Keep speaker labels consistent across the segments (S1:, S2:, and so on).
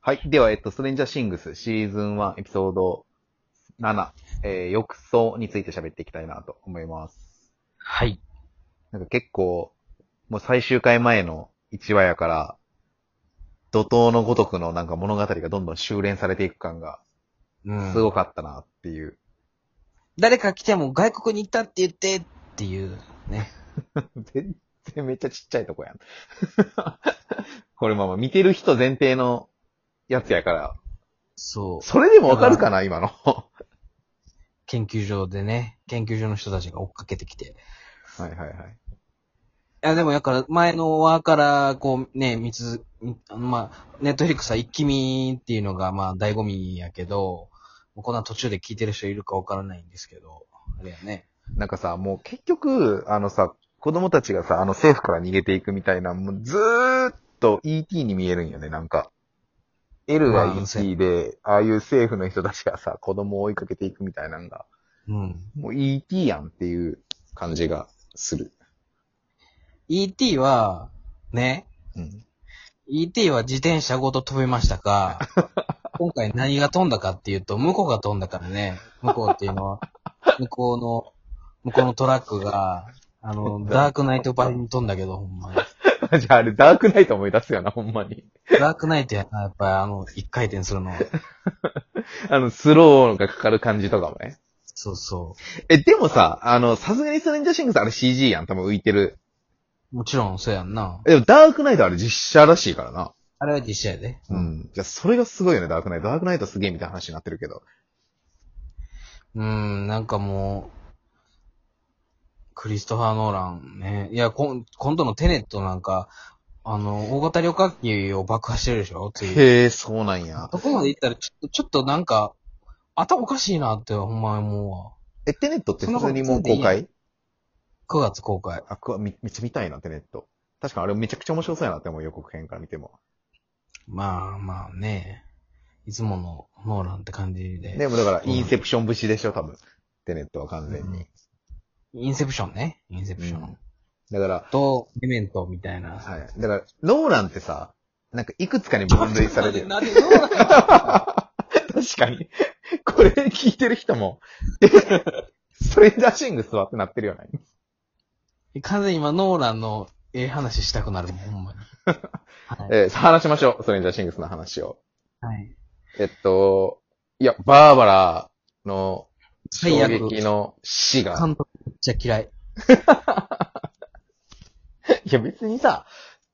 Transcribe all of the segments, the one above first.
S1: はい。では、えっと、ストレンジャーシングスシーズン1エピソード7、えー、浴槽について喋っていきたいなと思います。
S2: はい。
S1: なんか結構、もう最終回前の1話やから、怒涛のごとくのなんか物語がどんどん修練されていく感が
S2: うん
S1: すごかったなっていう。
S2: 誰か来ても外国に行ったって言ってっていうね。
S1: 全然めっちゃちっちゃいとこやん。 これまあまあ見てる人前提のやつやから、
S2: そう。
S1: それでもわかるかな、 今の。は
S2: 研究所でね、研究所の人たちが追っかけてきて。い
S1: いはいはい。
S2: や、でもやから、前の輪から、こうね、見つ、みあのまあ、ネットフリックスは一気見っていうのが、まあ、醍醐味やけど、もうこんな途中で聞いてる人いるかわからないんですけど、あれやね。
S1: なんかさ、もう結局、あのさ、子供たちがさ、あの政府から逃げていくみたいな、もうずーっと ET に見えるんよね、なんか。L が
S2: まあ
S1: ET で、ああいう政府の人たちがさ、子供を追いかけていくみたいなのが、
S2: うん。
S1: もう ET やんっていう感じがする。
S2: ET は、ね、
S1: うん。
S2: ET は自転車ごと飛びましたが、 今回何が飛んだかっていうと、向こうが飛んだからね、向こうっていうの は、向こうの、向こうのトラックが、あの、ダークナイトばりに飛んだけど、ほんまに。
S1: じゃああれ、ダークナイト思い出すよな、ほんまに。
S2: ダークナイトやな、やっぱりあの、一回転するの。
S1: あの、スローがかかる感じとかもね。
S2: そうそ
S1: え、でもさ、あの、さすがにストレンジャーシングスあれ CG やん、多分浮いてる。
S2: う。もちろん、そうやんな。
S1: えでも、ダークナイトあれ実写らしいからな。
S2: あれは実写やで。
S1: うん。じゃあ、それがすごいよね、ダークナイト。ダークナイトすげえみたいな話になってるけど。
S2: うん、なんかもう、クリストファー・ノーランね。いや、こん今度のテネットなんか、あの、大型旅客機を爆破してるでしょつい
S1: へえ、そうなんや。
S2: そこまで行ったら、ちょっと、ちょっとなんか、頭おかしいなって、ほんまに思うわ。
S1: え、テネットって
S2: そ
S1: 普
S2: んな
S1: 通
S2: こと
S1: にもう公開
S2: 9月公開。
S1: あ、くわ、みめっちゃ見たいな、テネット。確かにあれめちゃくちゃ面白そうやなって思う予告編から見ても。
S2: まあまあね。いつものノーランって感じで。
S1: でもだから、
S2: うん
S1: インセプション節でしょ、多分。テネットは完全に。
S2: インセプションね。インセプショ
S1: う
S2: ン。
S1: んだから、
S2: と、メメントみたいな。
S1: はい。だから、ノーランってさ、なんかいくつかに分類されて る。
S2: なんでノーランが
S1: 確かに。これ聞いてる人も、え、ストレンジャーシングスはってなってるよね。
S2: 完全に今ノーランのええ話したくなるもん、ほ んまに。は
S1: え
S2: い。
S1: ー話しましょう、ストレンジャーシングスの話を。
S2: はい。
S1: えっと、いや、バーバラの衝
S2: 最悪
S1: 撃の死が。
S2: 監督めっちゃ嫌い。
S1: いや、別にさ、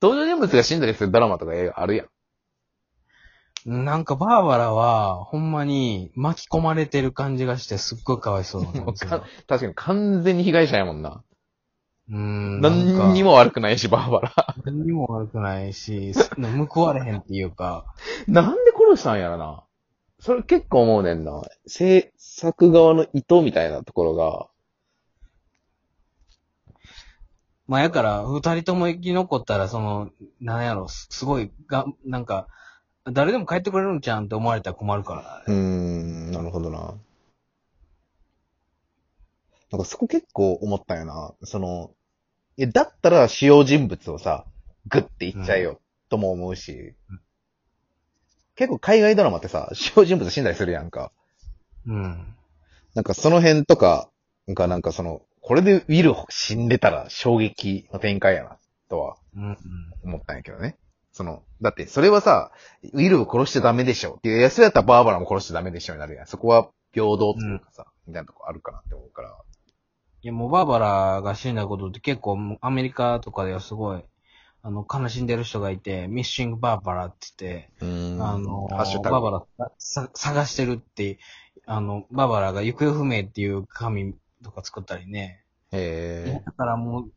S1: 登場人物が死んだりするドラマとか映画あるやん。
S2: なんかバーバラは、ほんまに巻き込まれてる感じがして、すっごいかわいそうなんですよ。
S1: 確かに完全に被害者やもんな。
S2: うん。なんか
S1: 何にも悪くないし、バーバラ。
S2: 何にも悪くないし、 す報われへんっていうか、
S1: なんで殺したんやろな。それ結構思うねんな。制作側の意図みたいなところが。
S2: まあやから、二人とも生き残ったら、その、なんやろ、すすごい、が、なんか、誰でも帰ってくれるんちゃうんって思われたら困るから。
S1: うーん、なるほどな。なんかそこ結構思ったよな。その、いや、だったら主要人物をさ、グッていっちゃえよ、とも思うし、結構海外ドラマってさ、主要人物死んだりするやんか。
S2: うん。
S1: なんかその辺とかがなんかその、これでウィル死んでたら衝撃の展開やな、とは
S2: うん。
S1: 思ったんやけどね。その、だってそれはさ、ウィルを殺しちゃダメでしょっていう、いや、それやったらバーバラも殺しちゃダメでしょになるやん。そこは平等というかさ、みたいなとこあるかなって思うから。
S2: いや、もうバーバラが死んだことって結構、もうアメリカとかではすごい、あの、悲しんでる人がいて、ミッシングバーバラって言って、
S1: うん
S2: あの、
S1: ハッシュタ
S2: バ
S1: グ。
S2: ーバラさ探してるって、あの、バーバラが行方不明っていう紙とか作ったりね。いや
S1: え
S2: だからもう、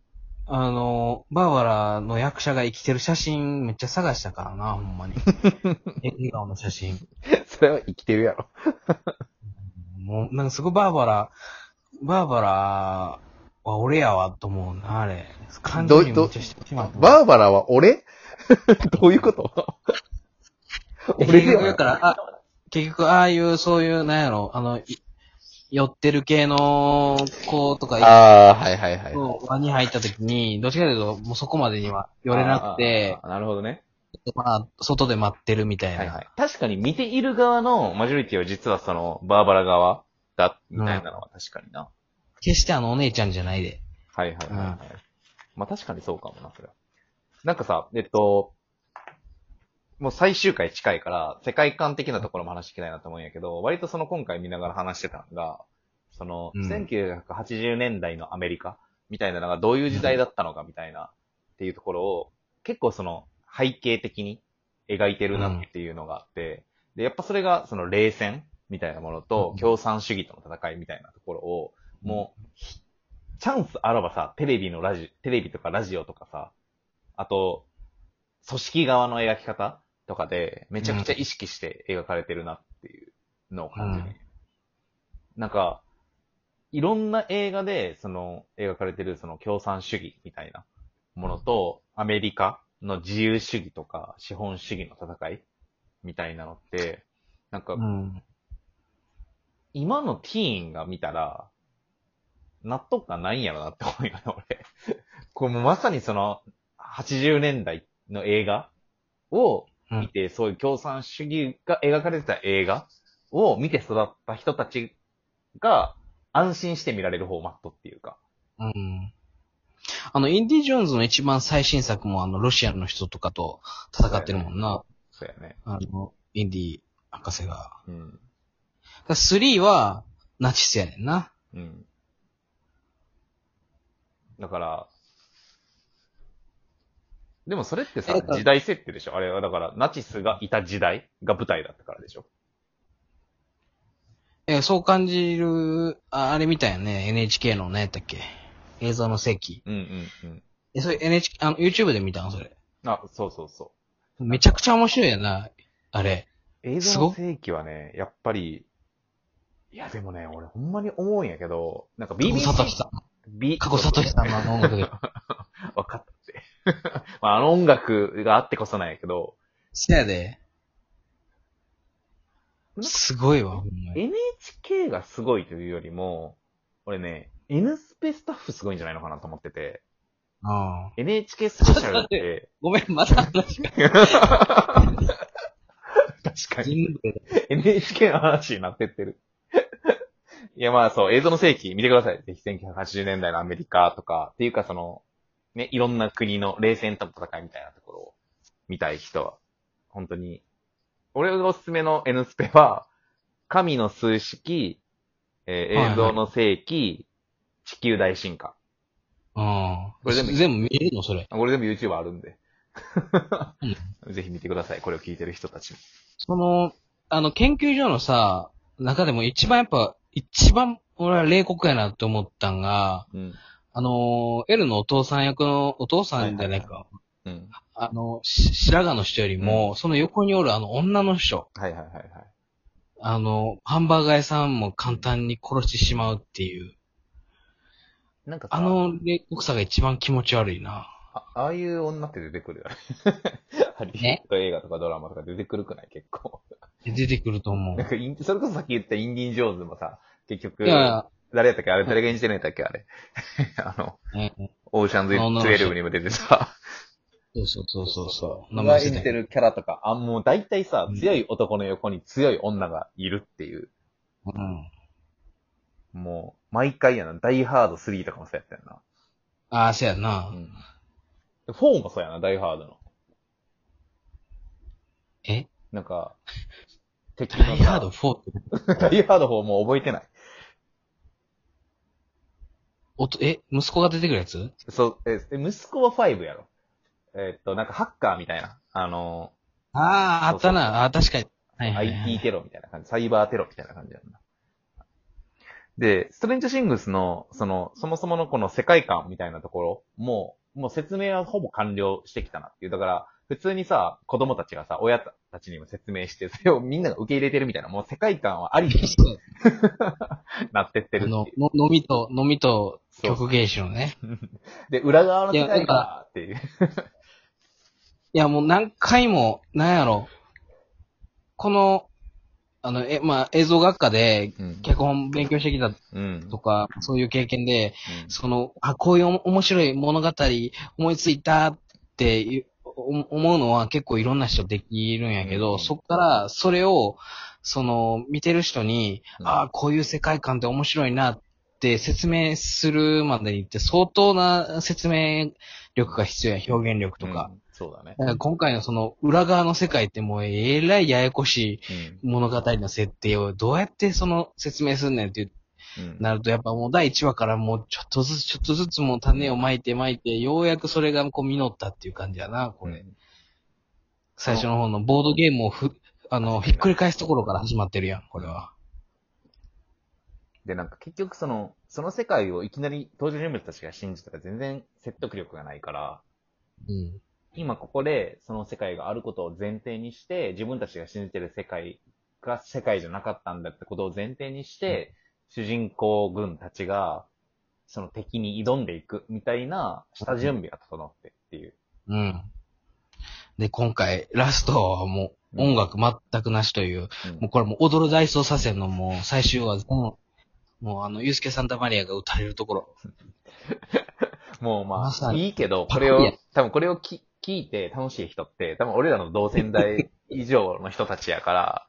S2: あの、バーバラの役者が生きてる写真めっちゃ探したからな、ほ んまに。え笑顔の写真。
S1: え それは生きてるやろ。
S2: もう、なんかすごいバーバラ、バーバラは俺やわと思うな、あれ。感じにめっちゃしてしまった。
S1: バーバラは俺 どういうこと俺
S2: 結
S1: ではな
S2: 局だ
S1: い
S2: から、あ、結局ああいう、そういう、なんやろ、あの、い寄ってる系の子とか、
S1: ああ、はいはいはい。
S2: の輪に入った時に、どっちかというと、もうそこまでには寄れなくて、
S1: あー。あーなるほどね。
S2: まあ、外で待ってるみたいな。
S1: はいはい。確かに見ている側のマジョリティは実はその、バーバラ側だ、みたいなのは確かにな。
S2: 決してあのお姉ちゃんじゃないで。
S1: はいはいはい、はいまあ確かにそうかもな、それは。なんかさ、えっと、もう最終回近いから、世界観的なところも話していきたいなと思うんやけど、割とその今回見ながら話してたのが、その、
S2: うん
S1: 1980年代のアメリカみたいなのがどういう時代だったのかみたいな、っていうところを、結構その背景的に描いてるなっていうのがあって、で、やっぱそれがその冷戦みたいなものと
S2: うん
S1: 共産主義との戦いみたいなところを、もう、ひチャンスあらばさ、テレビのラジ、テレビとかラジオとかさ、あと、組織側の描き方とかで、めちゃくちゃ意識して描かれてるなっていうのを感じる。
S2: うん
S1: なんか、いろんな映画で、その、描かれてる、その、共産主義みたいなものと、アメリカの自由主義とか、資本主義の戦いみたいなのって、なんか
S2: う、ん。
S1: 今のティーンが見たら、納得感ないんやろなって思うよね、俺。 これもうまさにその、80年代の映画を見て、そういう共産主義が描かれてた映画を見て育った人たちが、安心して見られるフォーマットっていうか。
S2: うん。あの、インディ・ジョーンズの一番最新作もあの、ロシアの人とかと戦ってるもんな。
S1: そうやね。
S2: あの、インディ博士が。
S1: うん。
S2: だから3は、ナチスやねんな。
S1: うん。だから、でもそれってさ
S2: えっ、と
S1: 時代設定でしょあれはだから、ナチスがいた時代が舞台だったからでしょ
S2: えーそう感じる、ああれみたいね、NHK の何やったっけ映像の席。
S1: うんうんうん。
S2: え、それ NHK、あの、YouTube で見たのそれ。
S1: あ、そうそうそ
S2: めちゃくちゃ面白いやな、あれ。
S1: う。映
S2: す
S1: 像
S2: ご
S1: の世紀はね、やっぱり、いやでもね、俺ほんまに思うんやけど、なんか BBC
S2: 過去、さと
S1: B、
S2: 過去さとしさんのあの音楽 で。
S1: 分かったって。 まあ、あの音楽があってこそなんやけど、
S2: せやで。すごいわ、ほんまに。
S1: NHK がすごいというよりも、俺ね、N スペスタッフすごいんじゃないのかなと思ってて、
S2: うん。
S1: NHK スペシャルって、
S2: ごめん、また話が。
S1: 確かに
S2: 人類
S1: NHK の話になってってる。 いやまあそう、映像の世紀見てください。ぜひ1980年代のアメリカとか、っていうかその、ね、いろんな国の冷戦との戦いみたいなところを見たい人は、本当に、俺がおすすめの N スペは、神の数式、え
S2: はいは
S1: ー
S2: い
S1: 映像の世紀、地球大進化。
S2: うん。
S1: これ全部
S2: 全部見えるのそれ。
S1: これでも YouTube あるんで、
S2: う ん
S1: ぜひ見てください。これを聞いてる人たちも。
S2: その、あの、研究所のさ、中でも一番やっぱ、一番俺は冷酷やなって思ったんが、
S1: うん。
S2: あのー、L のお父さん役の、お父さんじゃないか、
S1: うん。
S2: あの、し白髪の人よりも、その横におるあの女の人、
S1: はいはいはいはい。
S2: あの、ハンバーガー屋さんも簡単に殺してしまうっていう、
S1: なんかさ、
S2: あの冷酷さが一番気持ち悪いな。
S1: あ、ああいう女って出てくるよね。 ハリウッド映画とかドラマとか出てくるくない結構。
S2: 出てくると思
S1: なん
S2: う。
S1: かイン、それこそさっき言ったインディ・ジョーンズもさ、結局、
S2: いや、
S1: 誰やったっけあれ誰が演じてないんだっけあれ。 あの、
S2: え
S1: オーシャンズ
S2: あの
S1: 12にも出てさ、
S2: そうそうそうそうそう。
S1: 名
S2: 名
S1: 前演
S2: 前忘
S1: じ
S2: れ
S1: て
S2: た
S1: るキャラとか、あ、もう大体さ
S2: う、ん
S1: 強い男の横に強い女がいるっていう、
S2: うん。
S1: もう、毎回やな、ダイハード3とかもそうやったよな。
S2: ああ、そうやな。
S1: うん。4もそうやな、ダイハードの。
S2: え
S1: なんか、敵のさ
S2: ダイハード4っ て、
S1: ダイハード4もう覚えてない。
S2: おと、え、息子が出てくるやつ
S1: そう、え、え息子は5やろ。えっと、なんかハッカーみたいな、あの、
S2: ああ、あったな。ああー、確かに。はいはいはい
S1: IT テロみたいな感じ、サイバーテロみたいな感じやんな。で、ストレンジャーシングスの、その、そもそものこの世界観みたいなところも、もう説明はほぼ完了してきたなっていう。だから、普通にさ、子供たちがさ、親たちにも説明して、それをみんなが受け入れてるみたいな、もう世界観はありに
S2: そう
S1: なってってる
S2: あ
S1: っていう
S2: の、ののみと、のみと曲芸師のね。
S1: で、裏側の世
S2: いやな
S1: 界
S2: んか
S1: 観っていう。
S2: いや、もう何回も、なんやろ。この、あの、え、まあ、映像学科で、
S1: うん
S2: 脚本勉強してきた
S1: うん
S2: とか、そういう経験で、
S1: うん
S2: その、あ、こういうお面白い物語思いついたっていうお思うのは結構いろんな人できるんやけど、
S1: うん
S2: そっからそれを、その、見てる人に、
S1: うん
S2: ああ、こういう世界観って面白いなって説明するまでにって相当な説明力が必要や、表現力とか。
S1: うんそうだね。
S2: だから今回のその裏側の世界ってもうえらいややこしい物語の設定をどうやってその説明すんねんっていう
S1: うん
S2: なるとやっぱもう第1話からもうちょっとずつちょっとずつもう種をまいてまいてようやくそれがこう実ったっていう感じやな、これ。
S1: うん
S2: 最初の方のボードゲームをふ、あの、ひっくり返すところから始まってるやん、これは。
S1: で、なんか結局その、その世界をいきなり登場人物たちが信じたら全然説得力がないから、
S2: うん。
S1: 今ここでその世界があることを前提にして、自分たちが信じてる世界が世界じゃなかったんだってことを前提にして、主人公軍たちが、その敵に挑んでいくみたいな下準備が整ってっていう。
S2: うん。で、今回、ラストはもう音楽全くなしという、
S1: うん
S2: もうこれもう踊る大捜査線のもう最終話、もう、もうあの、ユースケ・サンタマリアが歌たれるところ。
S1: もうま
S2: まさ
S1: あ、
S2: に
S1: いいけど、
S2: パ
S1: こ
S2: クリ
S1: れ
S2: や
S1: を、多分これをき聞いて楽しい人って、多分俺らの同世代以上の人たちや から、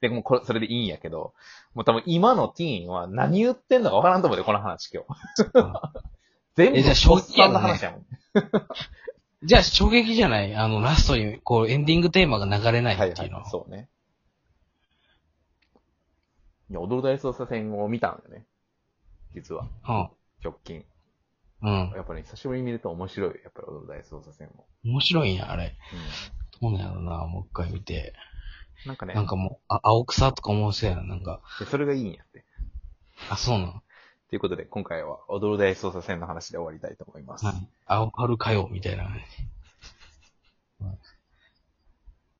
S1: で、もうこれ、それでいいんやけど、もう多分今のティーンは何言ってんのかわからんと思うで、この話今日。全部、
S2: えじゃあ
S1: おっさんの
S2: 正直やろね
S1: 話やもん。
S2: じゃあ、衝撃じゃないあの、ラストに、こう、エンディングテーマが流れない
S1: はい
S2: って
S1: は
S2: いうの。
S1: い、そうね。いや、踊る大捜査線を見たんだよね。実は、直近。
S2: うん。うん。
S1: やっぱね、久しぶりに見ると面白いよ。やっぱり踊る大捜査線も。
S2: 面白いんや、あれ。
S1: うん
S2: どうなんやろな、もう一回見て。
S1: なんかね、
S2: なんかもう、あ、青草とか思うせやな、なんか。
S1: でそれがいいんやって。
S2: あ、そうなの
S1: ということで、今回は踊る大捜査線の話で終わりたいと思います。
S2: はい。青春かよ、みたいな。はい